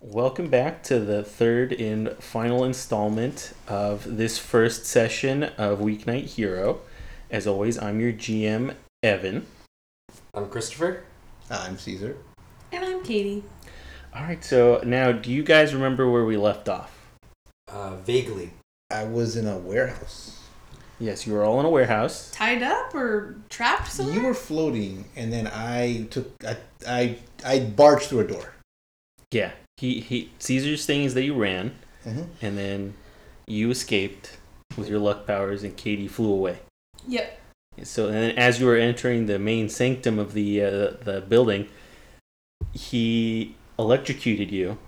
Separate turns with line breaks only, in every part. Welcome back to the third and final installment of this first session of Weeknight Hero. As always, I'm your GM, Evan.
I'm Christopher.
I'm Caesar.
And I'm Katie.
All right, so now do you guys remember where we left off?
Uh, vaguely.
I was in a warehouse.
Yes, you were all in a warehouse.
Tied up or trapped somewhere?
You were floating, and then I took I I, I barged through a door.
Yeah, he, he Caesar's thing is that you ran,
Mhm.
and then you escaped with your luck powers, and Katie flew away.
Yep.
So and then as you were entering the main sanctum of the uh, the building, he electrocuted you,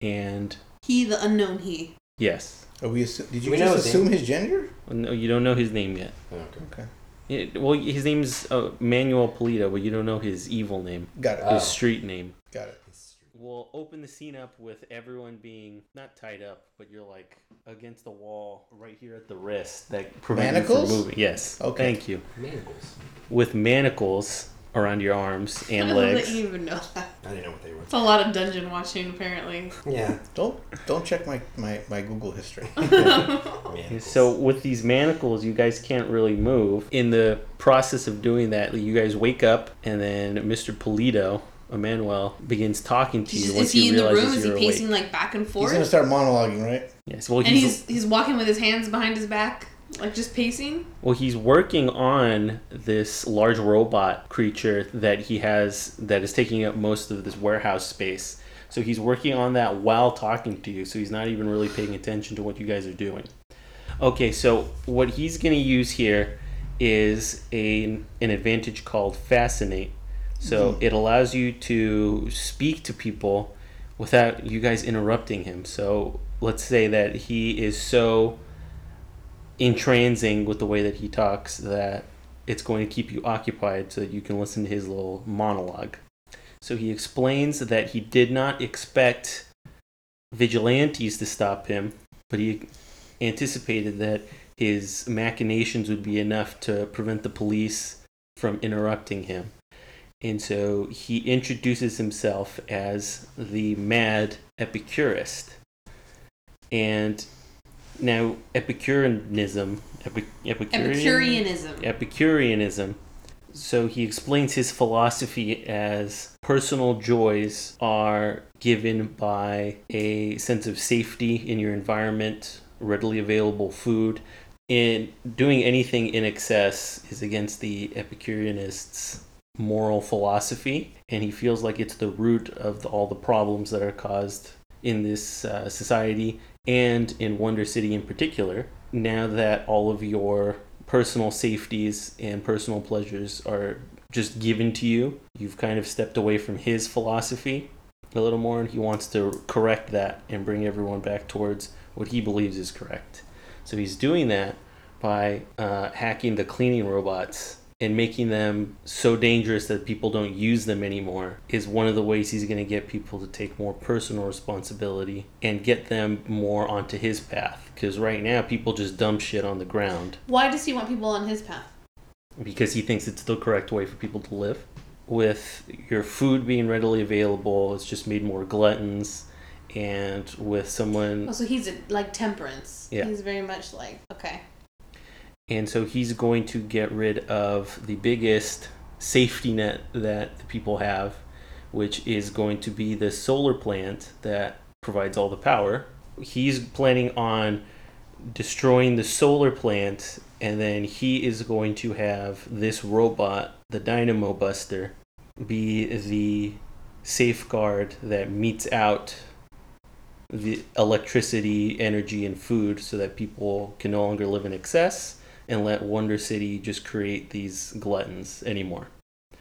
and
He, the unknown he.
yes,
Are we? Assu- did you
We know
just
his
assume his gender?
no, you don't know his name yet.
Oh, Okay.
Okay,
It- well, his name's uh, Manuel Polito, but you don't know his evil name,
got it.
Uh, Oh.
his street name.
got it.
We'll open the scene up with everyone being not tied up, but you're like against the wall right here at the wrist that prevent you
Manacles?
from moving. Yes.
Okay.
Thank you.
Manacles.
With manacles around your arms
I
and
don't know
legs.
that you even know that.
I didn't know what they were.
It's a lot of dungeon watching, apparently.
Yeah.
Don't don't check my my, my Google history.
Okay,
Manacles.
So with these manacles, you guys can't really move. In the process of doing that, you guys wake up, and then Mr. Polito, Emmanuel, begins talking to you.
He's-
once
is he in the
realizes
room? Is he
you're
pacing
awake.
like back and
He's
forth?
gonna start monologuing, right?
Yes. Well,
and
he's,
he's he's walking with his hands behind his back, like just pacing.
well he's working on this large robot creature that he has that is taking up most of this warehouse space. So he's working on that while talking to you. So he's not even really paying attention to what you guys are doing. Okay, so what he's going to use here is a, an advantage called Fascinate. So it allows you to speak to people without you guys interrupting him. So let's say that he is so entrancing with the way that he talks that it's going to keep you occupied so that you can listen to his little monologue. So he explains that he did not expect vigilantes to stop him, but he anticipated that his machinations would be enough to prevent the police from interrupting him. And so he introduces himself as the mad Epicurist. And now Epicureanism, Epic,
Epicureanism.
Epicureanism. So he explains his philosophy as personal joys are given by a sense of safety in your environment, readily available food, and doing anything in excess is against the Epicureanist's moral philosophy, and he feels like it's the root of the, all the problems that are caused in this uh, society and in Wonder City in particular. Now that all of your personal safeties and personal pleasures are just given to you. You've kind of stepped away from his philosophy a little more, and he wants to correct that and bring everyone back towards what he believes is correct. So he's doing that by uh, hacking the cleaning robots and making them so dangerous that people don't use them anymore is one of the ways he's going to get people to take more personal responsibility and get them more onto his path because right now people just dump shit on the ground
Why does he want people on his path?
because he thinks it's the correct way for people to live. With your food being readily available, it's just made more gluttons, and with
Oh,
someone,
so he's a, like temperance.
Mm. Yeah.
He's very much like okay.
and so he's going to get rid of the biggest safety net that the people have, which is going to be the solar plant that provides all the power. He's planning on destroying the solar plant, and then he is going to have this robot, the Dynamo Buster, be the safeguard that meets out the electricity, energy, and food so that people can no longer live in excess and let Wonder City just create these gluttons anymore.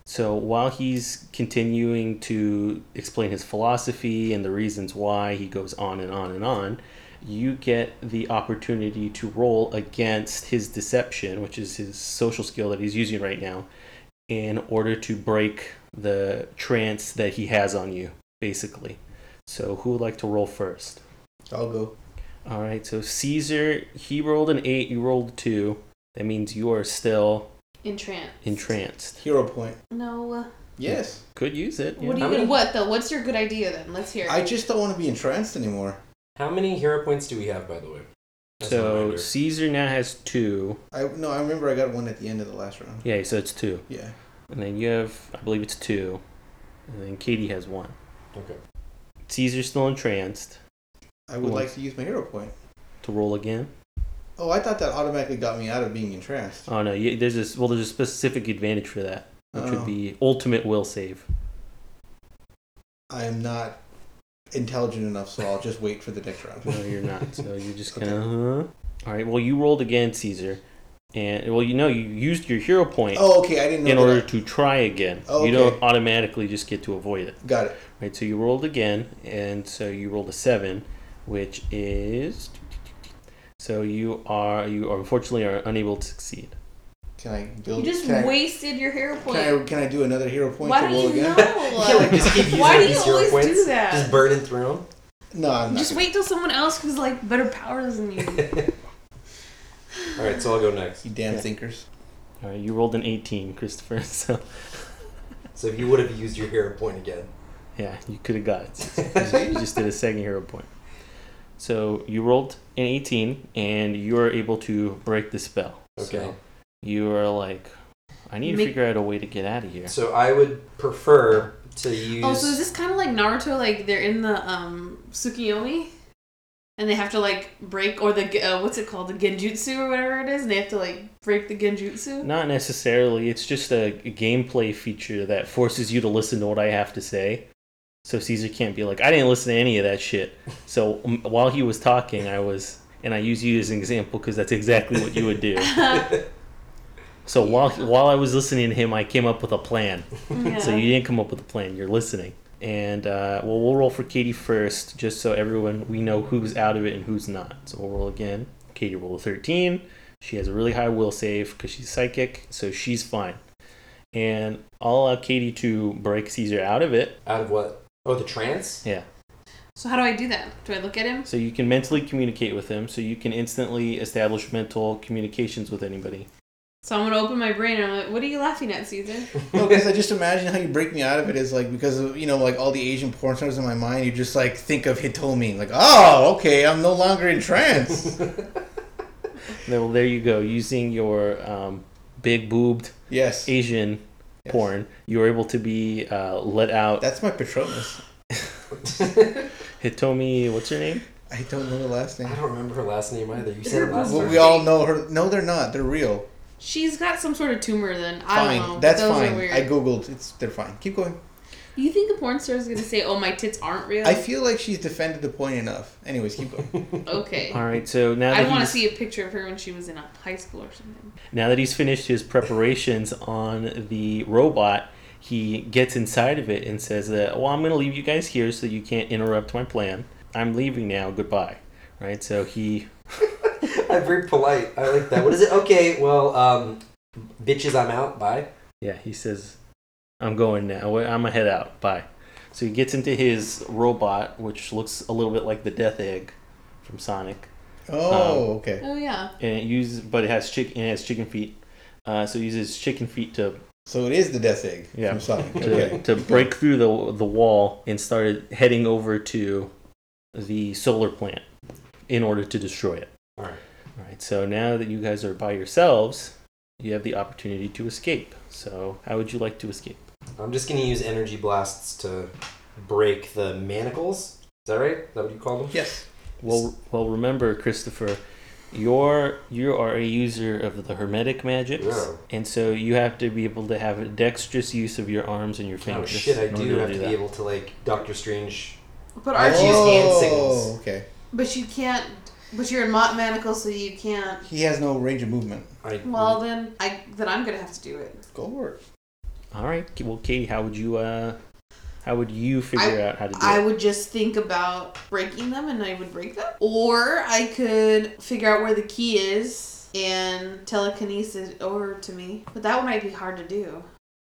So while he's continuing to explain his philosophy and the reasons why he goes on and on and on, you get the opportunity to roll against his deception, which is his social skill that he's using right now, in order to break the trance that he has on you, basically. So who would like to roll first?
I'll go.
All right, so Caesar, he rolled an 8, you rolled a 2. That means you are still
Entranced.
entranced.
Hero point.
No. uh,
Yes.
Could use it. yeah.
What do
How
you?
many-
What though? What's your good idea then? Let's hear it.
I just don't want to be entranced anymore.
How many hero points do we have, by the way? As a
so
reminder.
Caesar now has two.
I no, I remember I got one at the end of the last round.
Yeah, so it's two.
Yeah.
And then you have, I believe it's two. And then Katie has one.
Okay.
Caesar's still entranced
I would
Cool.
like to use my hero point.
to roll again.
Oh, I thought that automatically got me out of being entranced.
Oh no, you, there's a well, there's a specific advantage for that, which
Oh.
would be ultimate will save.
I am not intelligent enough, so I'll just wait for the next round.
No, you're not. So you're just
Okay.
gonna. huh? All right. Well, you rolled again, Caesar, and well, you know, you used your hero point
Oh, okay. I didn't know.
in
that
order to try again.
Oh,
You
okay.
don't automatically just get to avoid it.
I- got it.
Right. So you rolled again, and so you rolled a seven, which is. So you are you are unfortunately are unable to succeed.
Can I
you
build?
just
can I-
wasted your hero point.
Can I, can I do another hero point
Why
to
do
roll
you
again?
Yeah, like,
know?
just keep using
Why do
these
you
hero
always
points.
do that?
Just burning through them.
No, I'm not.
Just wait till someone else who's like better powers than you.
All right, so I'll go next.
You damn
Yeah.
thinkers.
All right. You rolled an eighteen, Christopher. So
So if you would have used your hero point again,
yeah, you could have got it. you just did a second hero point. So you rolled an 18, and you are able to break the spell.
Okay.
So you are like, I need to
Make-
figure out a way to get out of here.
so I would prefer to use.
Oh, so is this kind of like Naruto? Like they're in the um Tsukiyomi, and they have to like break or the uh, what's it called the Genjutsu or whatever it is, and they have to like break the Genjutsu.
Not necessarily. It's just a gameplay feature that forces you to listen to what I have to say. So Caesar can't be like, I didn't listen to any of that shit. So um, while he was talking, I was, and I use you as an example because that's exactly what you would do. So while while I was listening to him, I came up with a plan. So
Yeah.
you didn't come up with a plan. You're listening. And uh, well, we'll roll for Katie first, just so everyone we know who's out of it and who's not. So we'll roll again. Katie rolled a 13. She has a really high will save because she's psychic, so she's fine. And I'll allow Katie to break Caesar out of it.
out of what? Oh, the trance.
Yeah.
So how do I do that? Do I look at him?
So you can mentally communicate with him. So you can instantly establish mental communications with anybody.
So I'm gonna open my brain and I'm like, what are you laughing at, Caesar?
No, because I just imagine how you break me out of it is like because of you know like all the Asian porn stars in my mind. You just like think of Hitomi, like oh okay, I'm no longer in trance.
Well, there you go. Using your um, big boobed
yes,
Asian
Yes.
porn, you were able to be uh, let out.
That's my Patronus.
Hitomi, what's her name?
I don't know the last name.
I don't remember her last name either. You said it last
Well,
time.
we all know her. No, they're not. They're real.
She's got some sort of tumor. Then I
Fine,
don't know. but
that's
those
fine.
Are weird.
I googled. It's they're fine. Keep going.
you think the porn star is gonna say, "Oh, my tits aren't real"?
I feel like she's defended the point enough. Anyways, keep going.
okay.
All right, so now
I
that
want
he's,
to see a picture of her when she was in uh, high school or something.
now that he's finished his preparations on the robot, he gets inside of it and says that, "Well, I'm going to leave you guys here so you can't interrupt my plan. I'm leaving now. Goodbye." Right? So he
I'm very polite. I like that. What is it? Okay, well, um, bitches, I'm out. Bye.
yeah, he says, "I'm going now. I'm gonna head out. Bye." So he gets into his robot, which looks a little bit like the Death Egg from Sonic. Um,
Oh, okay.
Oh yeah.
and it uses but it has chicken it has chicken feet uh, so it uses chicken feet to
So it is the death egg
Yeah.
from Sonic.
to,
Okay.
to break through the the wall and started heading over to the solar plant in order to destroy it
All right.
all right so now that you guys are by yourselves you have the opportunity to escape so how would you like to escape
I'm just gonna use energy blasts to break the manacles. Is that right? Is that what you call them?
Yes.
well well remember christopher you're you are a user of the hermetic magics
Yeah.
and so you have to be able to have a dexterous use of your arms and your
Oh
fingers
shit! I
in order
do have to
that.
be able to like Doctor Strange.
But
I've
aren't
used
Oh.
you?
hand signals.
Oh, Okay.
But you can't. But you're in Mott Manacle, so you can't.
He has no range of movement.
I
Well,
Mm-hmm.
then I then I'm gonna have to do it.
Go for it.
All right. K- Well, Katie, how would you uh, how would you figure out how to do
I
it?
would just think about breaking them, and I would break them. Or I could figure out where the key is and telekinesis it over to me. But that might be hard to do.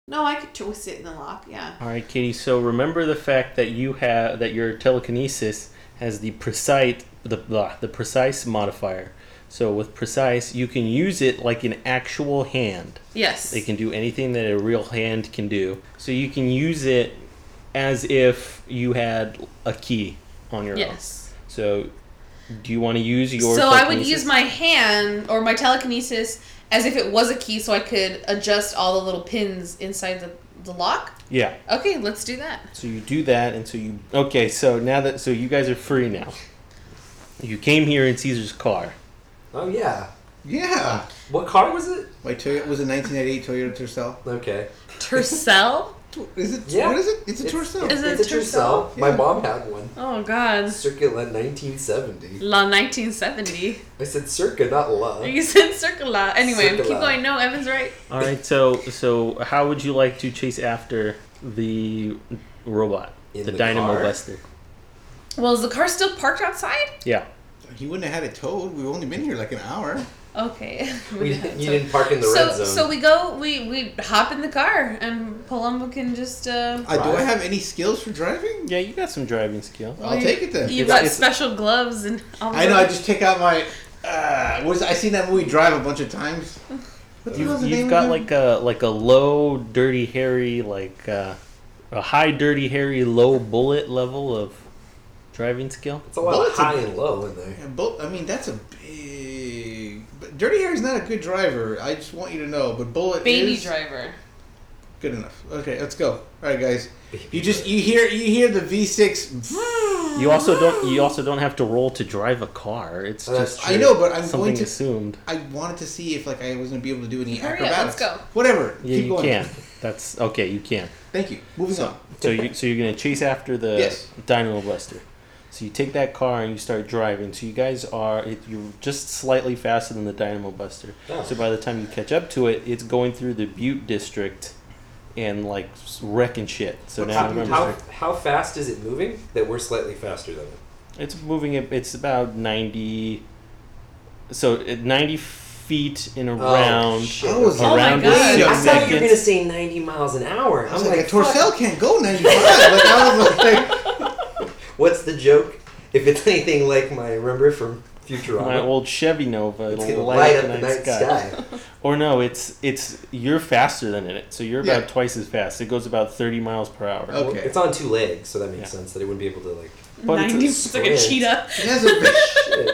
No, I could twist it in the lock. Yeah.
All right, Katie. So remember the fact that you have that your telekinesis has the precise the blah, the precise modifier. So with precise, you can use it like an actual hand.
Yes.
It can do anything that a real hand can do. So you can use it as if you had a key on your own.
Yes.
So do you want to use your
So I would
telekinesis?
use my hand or my telekinesis as if it was a key so I could adjust all the little pins inside the, the lock.
Yeah.
Okay, let's do that.
So you do that, and so you. Okay, so now that so you guys are free now. You came here in Caesar's car.
Oh yeah.
Yeah.
What car was it?
My Toyota was a 1998 Toyota Tercel.
Okay.
Tercel?
Tu- Is it?
Yeah.
What is it? It's a Tercel.
Is it
it's a
Tercel?
Tercel. My
Yeah.
mom had one.
oh god.
Circa 1970.
La 1970.
I said circa, not la.
You said circula. Anyway, keep
Circula.
going. No, Evan's right.
All right. So so how would you like to chase after the robot,
In
the,
the
Dynamo
car?
Buster?
Well, is the car still parked outside?
Yeah.
He wouldn't have had it towed. We've only been here like an hour.
Okay.
We didn't, you didn't park in the
so,
red zone.
so we go, we we hop in the car, and Palumbo can just. uh
Uh, do I
Right.
have any skills for driving?
Yeah, you got some driving skill.
I'll take it then.
You've
It's-
got
it's-
special gloves and. all
I know. I
that.
just take out my. Uh, what is? I seen that movie Drive a bunch of times. What the hell's
You've,
the name
you've
of
got
it?
like a like a low dirty hairy like uh, a high dirty hairy low bullet level of driving skill.
it's a lot of
bullets
high and low in there.
Yeah, Bull, I mean, that's a big. But Dirty Harry's not a good driver. I just want you to know. But Bullet
Baby
is
driver.
good enough. Okay, let's go. All right, guys. You just you hear you hear the V6.
You also don't you also don't have to roll to drive a car. It's
Oh, that's
just
Uh, I know, but I'm
something
going to.
assumed.
I wanted to see if like I was gonna be able to do any
Hurry up,
acrobatics.
let's go.
Whatever.
Yeah,
Keep
you
going.
can. That's okay. You can.
Thank you. Moving on.
So you so you're gonna chase after the
Yes.
Dynamo Buster. So you take that car and you start driving. So you guys are it, you're just slightly faster than the Dynamo Buster.
Oh.
So by the time you catch up to it, it's going through the Butte district, and like s- wrecking shit. So
What's
now
the Butte
remember,
How, how fast is it moving that we're slightly faster than it?
it's moving. it- It's about ninety. So uh, ninety feet in a round.
shit.
Oh, is
A
Oh
my
round
God.
is
Wait a
I
six
thought you were
seconds.
gonna say 90 miles an hour.
I
I'm
was
like,
like, a
fuck,
Torcel can't go 95. like I was like,
what's the joke? If it's anything like my remember from Futurama,
My old Chevy Nova.
it's
It'll
gonna light up the night sky.
Or no, it's it's you're faster than it, so you're about
Yeah.
twice as fast. It goes about thirty miles per hour.
Oh.
Well,
Okay.
it's on two legs, so that makes
Yeah.
sense that it wouldn't be able to like.
But it's a
90 it's like a
sprint.
cheetah.
he has a big,
Shit.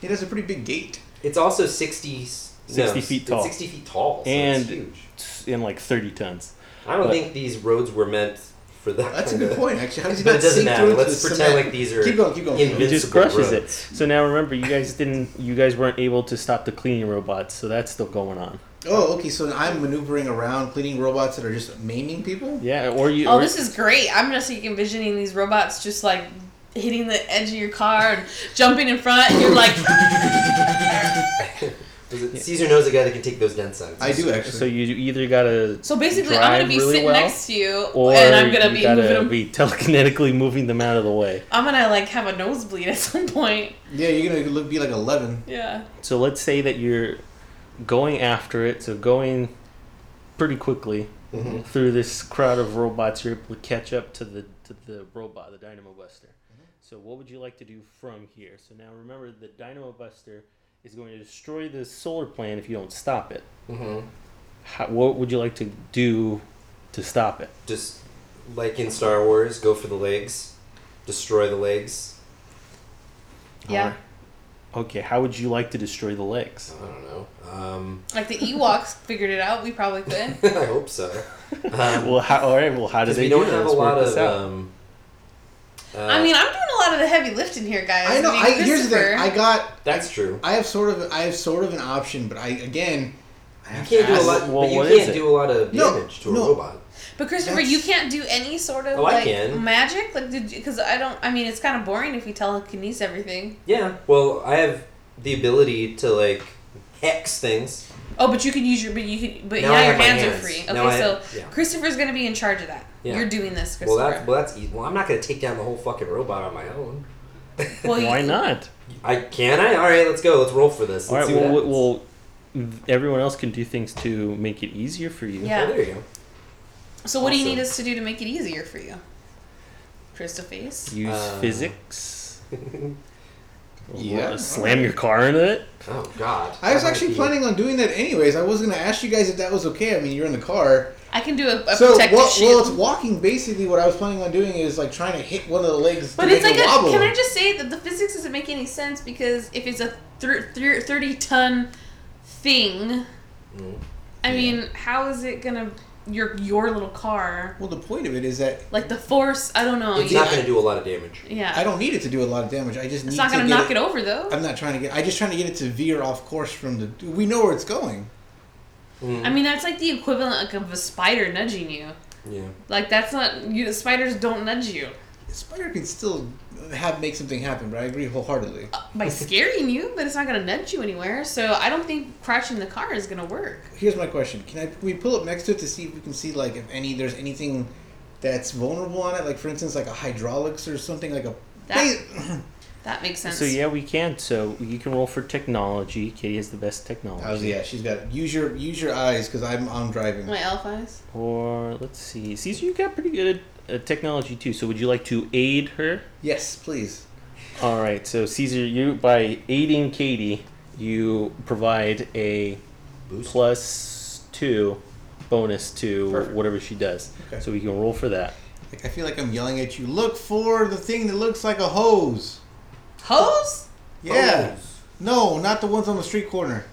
he has a pretty big gate.
It's also 60,
60 feet
it's
tall.
60 feet tall, so
And-
it's huge.
It's in like thirty tons.
I don't
but-
think these roads were meant for that.
That's a
kinda-
good point, actually. How does he
But
not
it doesn't
sink
matter.
through into
Let's
the
pretend
cement?
like these are
Keep going, keep going.
It just
Invincible
crushes it.
roads.
So now remember, you guys didn't, you guys weren't able to stop the cleaning robots, so that's still going on.
Oh, okay. So I'm maneuvering around, cleaning robots that are just maiming people.
Yeah, or you.
Oh,
or-
this is great. I'm just like envisioning these robots just like hitting the edge of your car and jumping in front, and you're like,
Does it- Caesar knows a guy that can take those dent signs.
I do actually.
so you either gotta
so basically, I'm gonna be
Drive really
sitting
well,
next to you,
or
and I'm gonna
you
be
gotta
moving. 'em-
be telekinetically moving them out of the way.
I'm gonna like have a nosebleed at some point.
yeah, you're gonna look, be like 11.
Yeah.
So let's say that you're going after it, so going pretty quickly
Mhm.
through this crowd of robots, you're able to catch up to the to the robot, the Dynamo Buster.
Mm-hmm.
So what would you like to do from here? So now remember, the Dynamo Buster is going to destroy the solar plant if you don't stop it.
hmm
How, what would you like to do to stop it?
Just like in Star Wars, go for the legs, destroy the legs.
Yeah.
Alright. Okay, how would you like to destroy the legs?
I don't know. Um,
Like the Ewoks figured it out. We probably could.
Uh,
I hope so. Um,
Well, how, all right. Well, how do
'cause
they
we don't
do
have a
this? Work
lot
this
of.
out.
Um, uh,
I mean, I'm doing a lot of the heavy lifting here, guys.
I know.
mean,
I, here's the thing.
Christopher-
I got.
that's true.
I have sort of. I have sort of an option, but I again. I have
You can't
to
do a
ask-
lot.
Well,
but you
what is
can't
it?
do a lot of
No,
damage to a
no.
robot.
But Christopher,
That's-
you can't do any sort of
Oh, I
like
can.
magic. Like, did you, because I don't. I mean, it's kind of boring if we telekinesis everything.
Yeah. Well, I have the ability to like hex things.
Oh, but you can use your. But you can. But
Now I
now your
have my
hands, are
hands.
free. Okay,
Now I-
so
yeah.
Christopher's gonna be in charge of that.
Yeah.
You're doing this,
Well,
Christopher.
that well, that's e- well. I'm not gonna take down the whole fucking robot on my own. uh,
Well, you-
Why not?
I can I? All right, let's go. Let's roll for this.
All
Let's
right.
see what
Well,
happens.
well, everyone else can do things to make it easier for you.
Yeah.
Oh, there you go.
So what do you
Awesome.
need us to do to make it easier for you, Christopher?
Use
Uh,
physics.
Yeah.
Slam your car into it.
Oh God.
I was
That might
actually
be-
planning on doing that anyways. I was gonna ask you guys if that was okay. I mean, you're in the car,
I can do a, a
so
protective
well, well,
shield.
it's walking. Basically, what I was planning on doing is like trying to hit one of the legs.
but
to
it's
make
like
it
a.
wobble.
Can I just say that the physics doesn't make any sense because if it's a thir- thir- 30 ton thing,
Mm.
I
Yeah.
mean, how is it gonna. Your, your little car.
Well, the point of it is that
Like the force, I don't know.
It's
you-
not going to do a lot of damage.
yeah.
I don't need it to do a lot of damage. I just need
it's not
to
gonna
get
knock it, over though.
I'm not trying to get. I just trying to get it to veer off course from the. We know where it's going.
Mm.
I mean, that's like the equivalent like, of a spider nudging you.
yeah.
Like that's not you. Spiders don't nudge you
The spider can still have make something happen, but I agree wholeheartedly.
uh, by scaring you, but it's not gonna nudge you anywhere. So I don't think crouching the car is gonna work.
Here's my question: Can I? Can we pull up next to it to see if we can see like if any there's anything that's vulnerable on it? Like for instance, like a hydraulics or something like a.
That that makes sense.
So yeah, we can. So you can roll for technology. Katie has the best technology.
Oh yeah, she's got use your use your eyes because I'm I'm driving.
My elf eyes.
Or let's see, Caesar, you got pretty good at uh, technology too. So would you like to aid her?
Yes, please.
All right. So Caesar, you by aiding Katie, you provide a
Boost.
plus two bonus to
Perfect.
whatever she does.
Okay.
So we can roll for that.
Like I feel like I'm yelling at you. Look for the thing that looks like a hose.
Hose.
Yeah.
Hose.
No, not the ones on the street corner.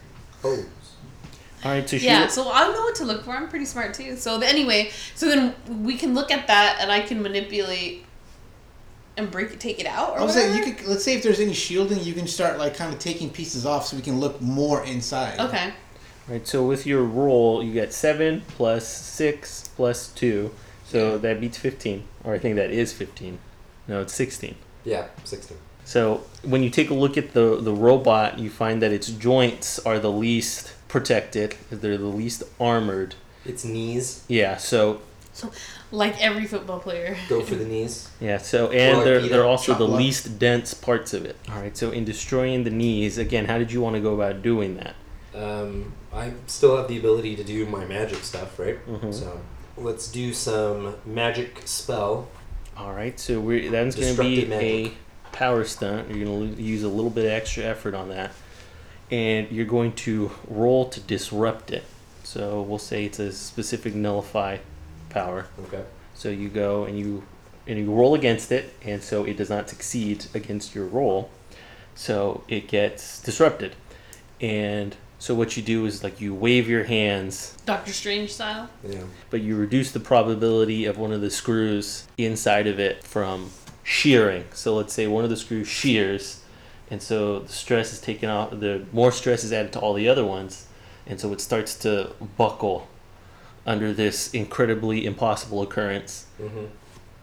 Hose.
All right. So she
Yeah. So I know what to look for. I'm pretty smart too. So the, anyway, so then we can look at that, and I can manipulate and break it, take it out, or
I was
whatever.
saying you could let's say if there's any shielding, you can start like kind of taking pieces off so we can look more inside.
Okay.
All right. So with your roll, you got seven plus six plus two. So
Yeah.
that beats fifteen, or I think that is fifteen. No, it's sixteen.
Yeah. Sixteen.
So when you take a look at the the robot, you find that its joints are the least protected. They're the least armored.
Its knees.
Yeah. So
Like every football player.
Go for the knees.
yeah. So and
like
they're
beat
they're
up,
also
chop
the
up.
least dense parts of it. All right. So in destroying the knees again, how did you want to go about doing that?
Um, I still have the ability to do my magic stuff, right?
Mhm.
So let's do some magic spell.
All right. So we're that's going to be
Destructive magic.
a power stunt. You're going to use a little bit of extra effort on that, and you're going to roll to disrupt it. So we'll say it's a specific nullify power.
Okay.
So you go and you and you roll against it, and so it does not succeed against your roll. So it gets disrupted. And so what you do is like you wave your hands,
Doctor Strange style.
Yeah.
but you reduce the probability of one of the screws inside of it from shearing. So let's say one of the screws shears, and so the stress is taken off. The more stress is added to all the other ones, and so it starts to buckle under this incredibly impossible occurrence
Mm-hmm.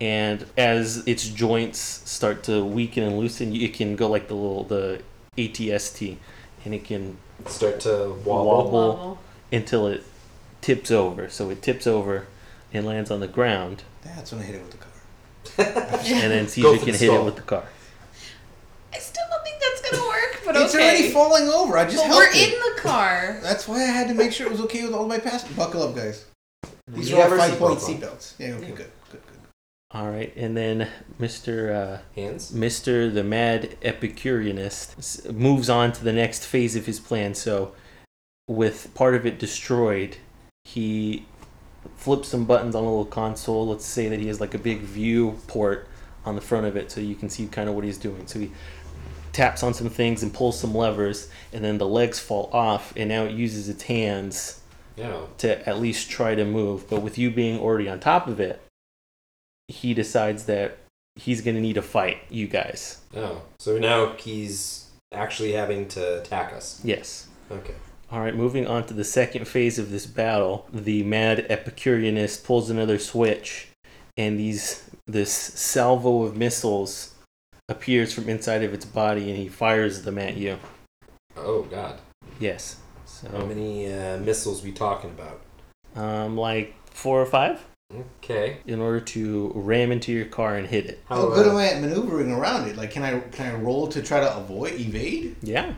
and as its joints start to weaken and loosen, it can go like the little the ATST, and it can
Start to
Wobble.
wobble.
Wobble.
until it tips over. So it tips over and lands on the ground,
That's when I hit it with the car.
and then Caesar
Go for the
can hit it
skull.
with the car.
I still don't think that's gonna work, but
It's
okay.
already falling over. I just
But
helped
we're
it.
in the car.
That's why I had to make sure it was okay with all my passengers. Buckle up, guys. These
You
are
have
all
our
five point
seatbelts on.
seatbelts. Yeah. Okay. Good. Good. Good.
All right, and then Mister uh,
Hands.
Mister the Mad Epicureanist s- moves on to the next phase of his plan. So, with part of it destroyed, he flips some buttons on a little console. Let's say that he has like a big view port on the front of it, so you can see kind of what he's doing. So he taps on some things and pulls some levers, and then the legs fall off, and now it uses its hands
Yeah.
to at least try to move. But with you being already on top of it, he decides that he's going to need to fight you guys.
Oh. So now he's actually having to attack us.
Yes.
Okay.
All right, moving on to the second phase of this battle, the mad Epicureanist pulls another switch, and these this salvo of missiles appears from inside of its body, and he fires them at you.
Oh God.
Yes.
How
So,
many uh, missiles we talking about?
um, like four or five,
Okay.
in order to ram into your car and hit it.
How
How Oh, good
uh,
am I at maneuvering around it? Like, can I can I roll to try to avoid evade?
Yeah.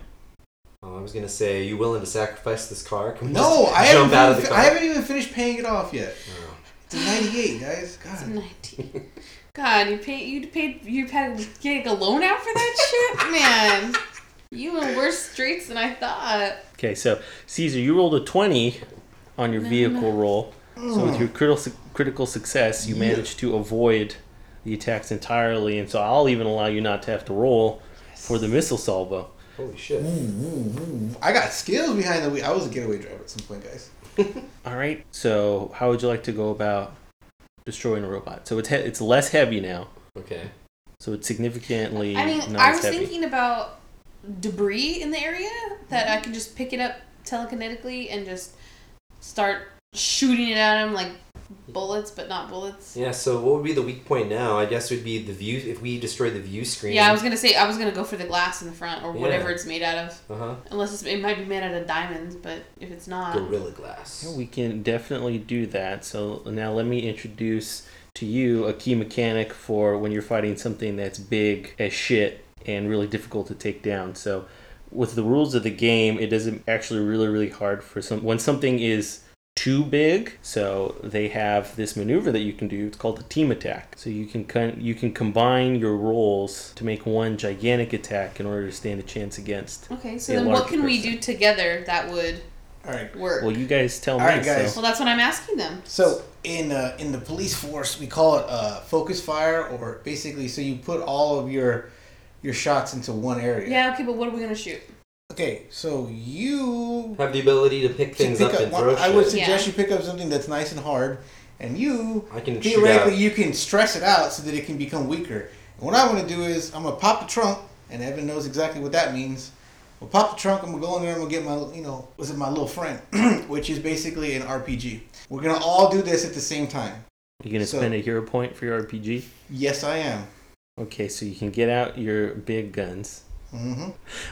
Oh, I was gonna say, are you willing to sacrifice this car? Can we
No,
just
I
jump
haven't.
out of the
even fi-
car.
I haven't even finished paying it off yet.
Oh.
It's a ninety-eight, guys. God.
Nineteen. God, you paid you paid you paid getting a loan out for that shit, man. You in worse streets than I thought.
Okay, so Caesar, you rolled a 20 on your vehicle roll. So with your critical su- critical success, you managed to avoid the attacks entirely, and so I'll even allow you not to have to roll for the missile salvo.
Holy shit.
I got skills behind the wheel. I was a getaway driver at some point, guys.
All right. So how would you like to go about destroying a robot? So it's he- it's less heavy now.
Okay.
So it's significantly
I mean,
not
I
as
was
heavy.
thinking about debris in the area that I can just pick it up telekinetically and just start shooting it at him like bullets, but not bullets. Yeah,
Yeah, so what would be the weak point now? I guess would be the view if we destroy the view screen.
I was gonna say I was gonna go for the glass in the front or whatever
Yeah.
it's made out of.
uh-huh.
Unless it's, it might be made out of diamonds, but if it's not,
Gorilla glass.
Yeah, we can definitely do that. So now let me introduce to you a key mechanic for when you're fighting something that's big as shit and really difficult to take down. So with the rules of the game, it doesn't actually really really hard for some when something is too big. So they have this maneuver that you can do. It's called the team attack. So you can con- you can combine your roles to make one gigantic attack in order to stand a chance against.
okay. So
a
then, what
large
can we
person.
do together that would
All right.
work?
Well,
Well,
you guys tell me.
All right,
so-
guys.
that's what I'm asking them.
So in uh, in the police force, we call it uh, focus fire, or basically, so you put all of your your shots into one area.
Yeah, okay, but what are we gonna shoot?
Okay, so you
Have the ability to pick things
pick
up, and
one-
throw
I would
shit.
suggest
Yeah.
you pick up something that's nice and hard, and you
I can shoot
theoretically
out.
you can stress it out so that it can become weaker. And what I want to do is I'm gonna pop the trunk, and Evan knows exactly what that means. Well, pop the trunk. I'm gonna go in there. I'm gonna get my, you know, was it my little friend, which is basically an RPG. We're gonna all do this at the same time.
You gonna
So-
spend a hero point for your RPG?
Yes, I am.
Okay, so you can get out your big guns.
Mm-hmm.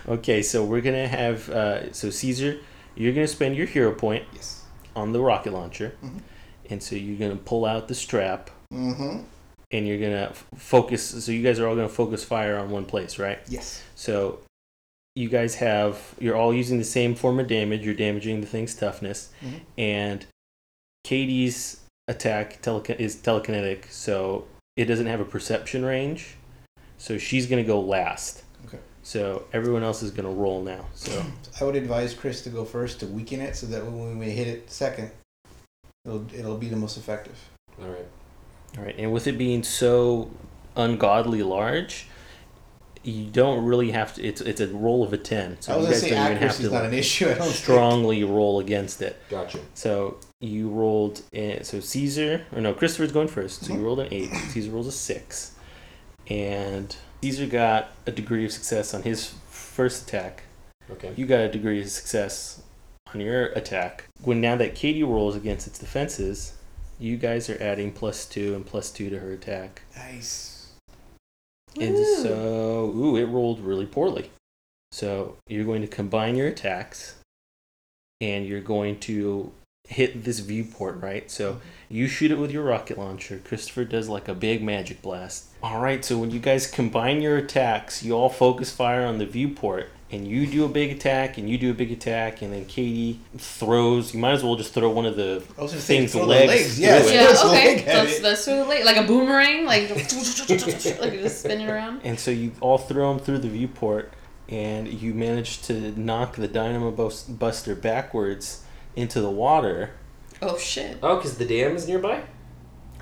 Okay, so we're gonna have uh, so Caesar, you're gonna spend your hero point
Yes.
on the rocket launcher,
Mhm.
and so you're gonna pull out the strap,
Mm-hmm.
and you're gonna f- focus. So you guys are all gonna focus fire on one place, right?
Yes.
So you guys have you're all using the same form of damage. You're damaging the thing's toughness,
Mhm.
and Katie's attack telekin- is telekinetic, so it doesn't have a perception range. So she's gonna go last.
Okay.
So everyone else is gonna roll now. So
I would advise Chris to go first to weaken it so that when we hit it second, it'll it'll be the most effective.
All right.
all right, and with it being so ungodly large. You don't really have to. It's it's a roll of a ten, so
I
you
was gonna
guys
say
don't even have
accuracy
to
is not an issue. I don't
like,
think.
strongly roll against it.
Gotcha.
So you rolled in, so Caesar or no Christopher's going first. So you rolled an eight. Caesar rolls a six, and Caesar got a degree of success on his first attack.
Okay.
You got a degree of success on your attack. When now that Katie rolls against its defenses, you guys are adding plus two and plus two to her attack,
Nice.
and
Woo.
so ooh, it rolled really poorly. So you're going to combine your attacks, and you're going to hit this viewport right. So. You shoot it with your rocket launcher. Christopher does like a big magic blast. All right, so when you guys combine your attacks, you all focus fire on the viewport, and you do a big attack, and you do a big attack, and then Katie throws. You might as well just throw one of the
I was gonna say
things,
throw the
legs.
legs,
through
yeah.
it.
Yeah,
Let's
okay.
look at
That's,
it.
that's so late. Like a boomerang, like, like just spinning around.
And so you all throw him through the viewport, and you manage to knock the Dynamo Bus- Buster backwards into the water.
Oh shit.
Oh, because the dam is nearby?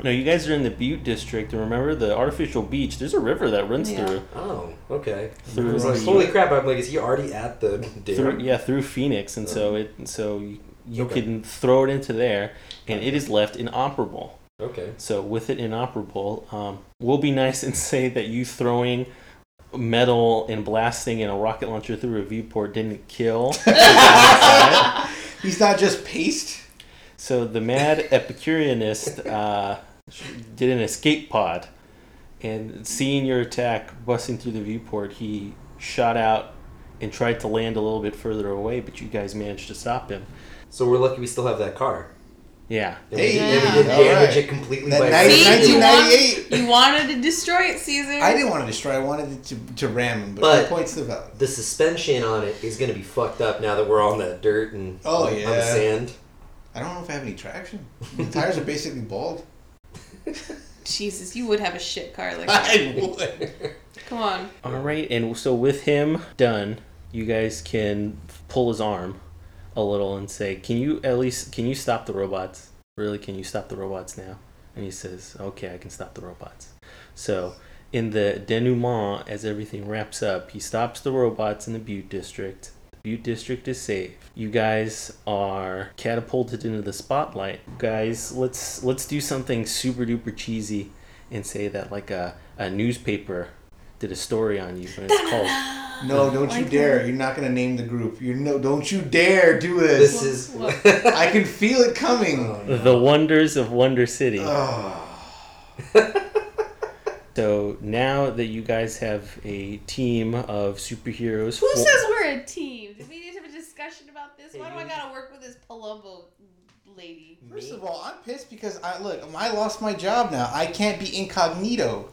Now you guys are in the Butte district, and remember the artificial beach. There's a river that runs
Yeah.
through.
Oh, okay.
Through
I was like,
the-
holy crap, I'm like, is he already at the dam?
through, yeah through Phoenix, and so it and so you, you
Okay.
can throw it into there, and it is left inoperable.
Okay.
So with it inoperable, um, we'll be nice and say that you throwing metal and blasting and a rocket launcher through a viewport didn't kill.
He's not just paste.
so the mad Epicureanist uh, did an escape pod, and seeing your attack busting through the viewport, he shot out and tried to land a little bit further away, but you guys managed to stop him.
So we're lucky we still have that car.
Yeah.
And
Hey,
we, and we
yeah.
didn't damage
Alright.
it completely
That
by
night-
accident.
See, you, want,
1998.
you wanted to destroy it, Caesar.
I didn't want to destroy. I wanted it to, to ram him, but,
But-
your points the valid.
The suspension on it is going to be fucked up now that we're on that dirt and
Oh,
on, on the
yeah.
sand.
I don't know if I have any traction. The tires are basically bald.
Jesus, you would have a shit car like that.
I would.
Come on.
All right, and so with him done, you guys can pull his arm a little and say, "Can you at least can you stop the robots? Really, can you stop the robots now?" And he says, "Okay, I can stop the robots." So, in the denouement, as everything wraps up, he stops the robots in the Butte district. The Butte district is safe. You guys are catapulted into the spotlight. Guys, let's let's do something super duper cheesy and say that like a, a newspaper did a story on you, and it's called
No, don't you
Like
dare.
that.
You're not gonna name the group. You no, don't you dare do this.
This is.
What?
I can feel it coming.
Oh,
The Wonders of Wonder City.
Oh,
So now that you guys have a team of superheroes,
Who
fo-
says we're a team? Did we need to have a discussion about this? Why do
Mm-hmm.
I gotta work with this Palumbo lady?
first of all, I'm pissed because I look. I lost my job now. I can't be incognito.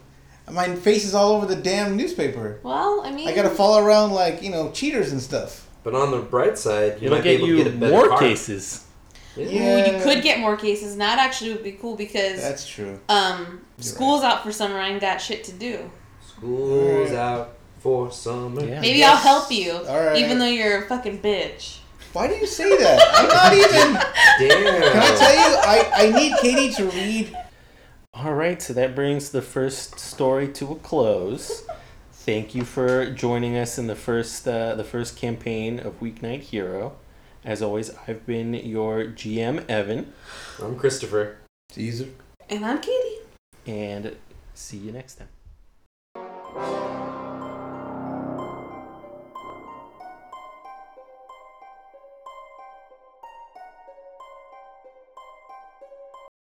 My face is all over the damn newspaper.
Well, I mean,
I gotta follow around like you know cheaters and stuff.
But on the bright side, you
it'll
might
get
be able to
you
get a better
more
car.
cases.
Ooh, you could get more cases. Not actually would be cool because
That's true.
um, school's out for summer. I ain't got shit to do.
School's
Alright.
out for summer.
Yeah.
Maybe
guess.
I'll help you,
Alright.
even though you're a fucking bitch.
Why do you say that? I'm not even.
Damn.
Can I tell you? I, I need Katie to read.
All right, so that brings the first story to a close. Thank you for joining us in the first uh, the first campaign of Weeknight Hero. As always, I've been your GM Evan,
I'm Christopher.
Caesar.
And I'm Katie.
and see you next time.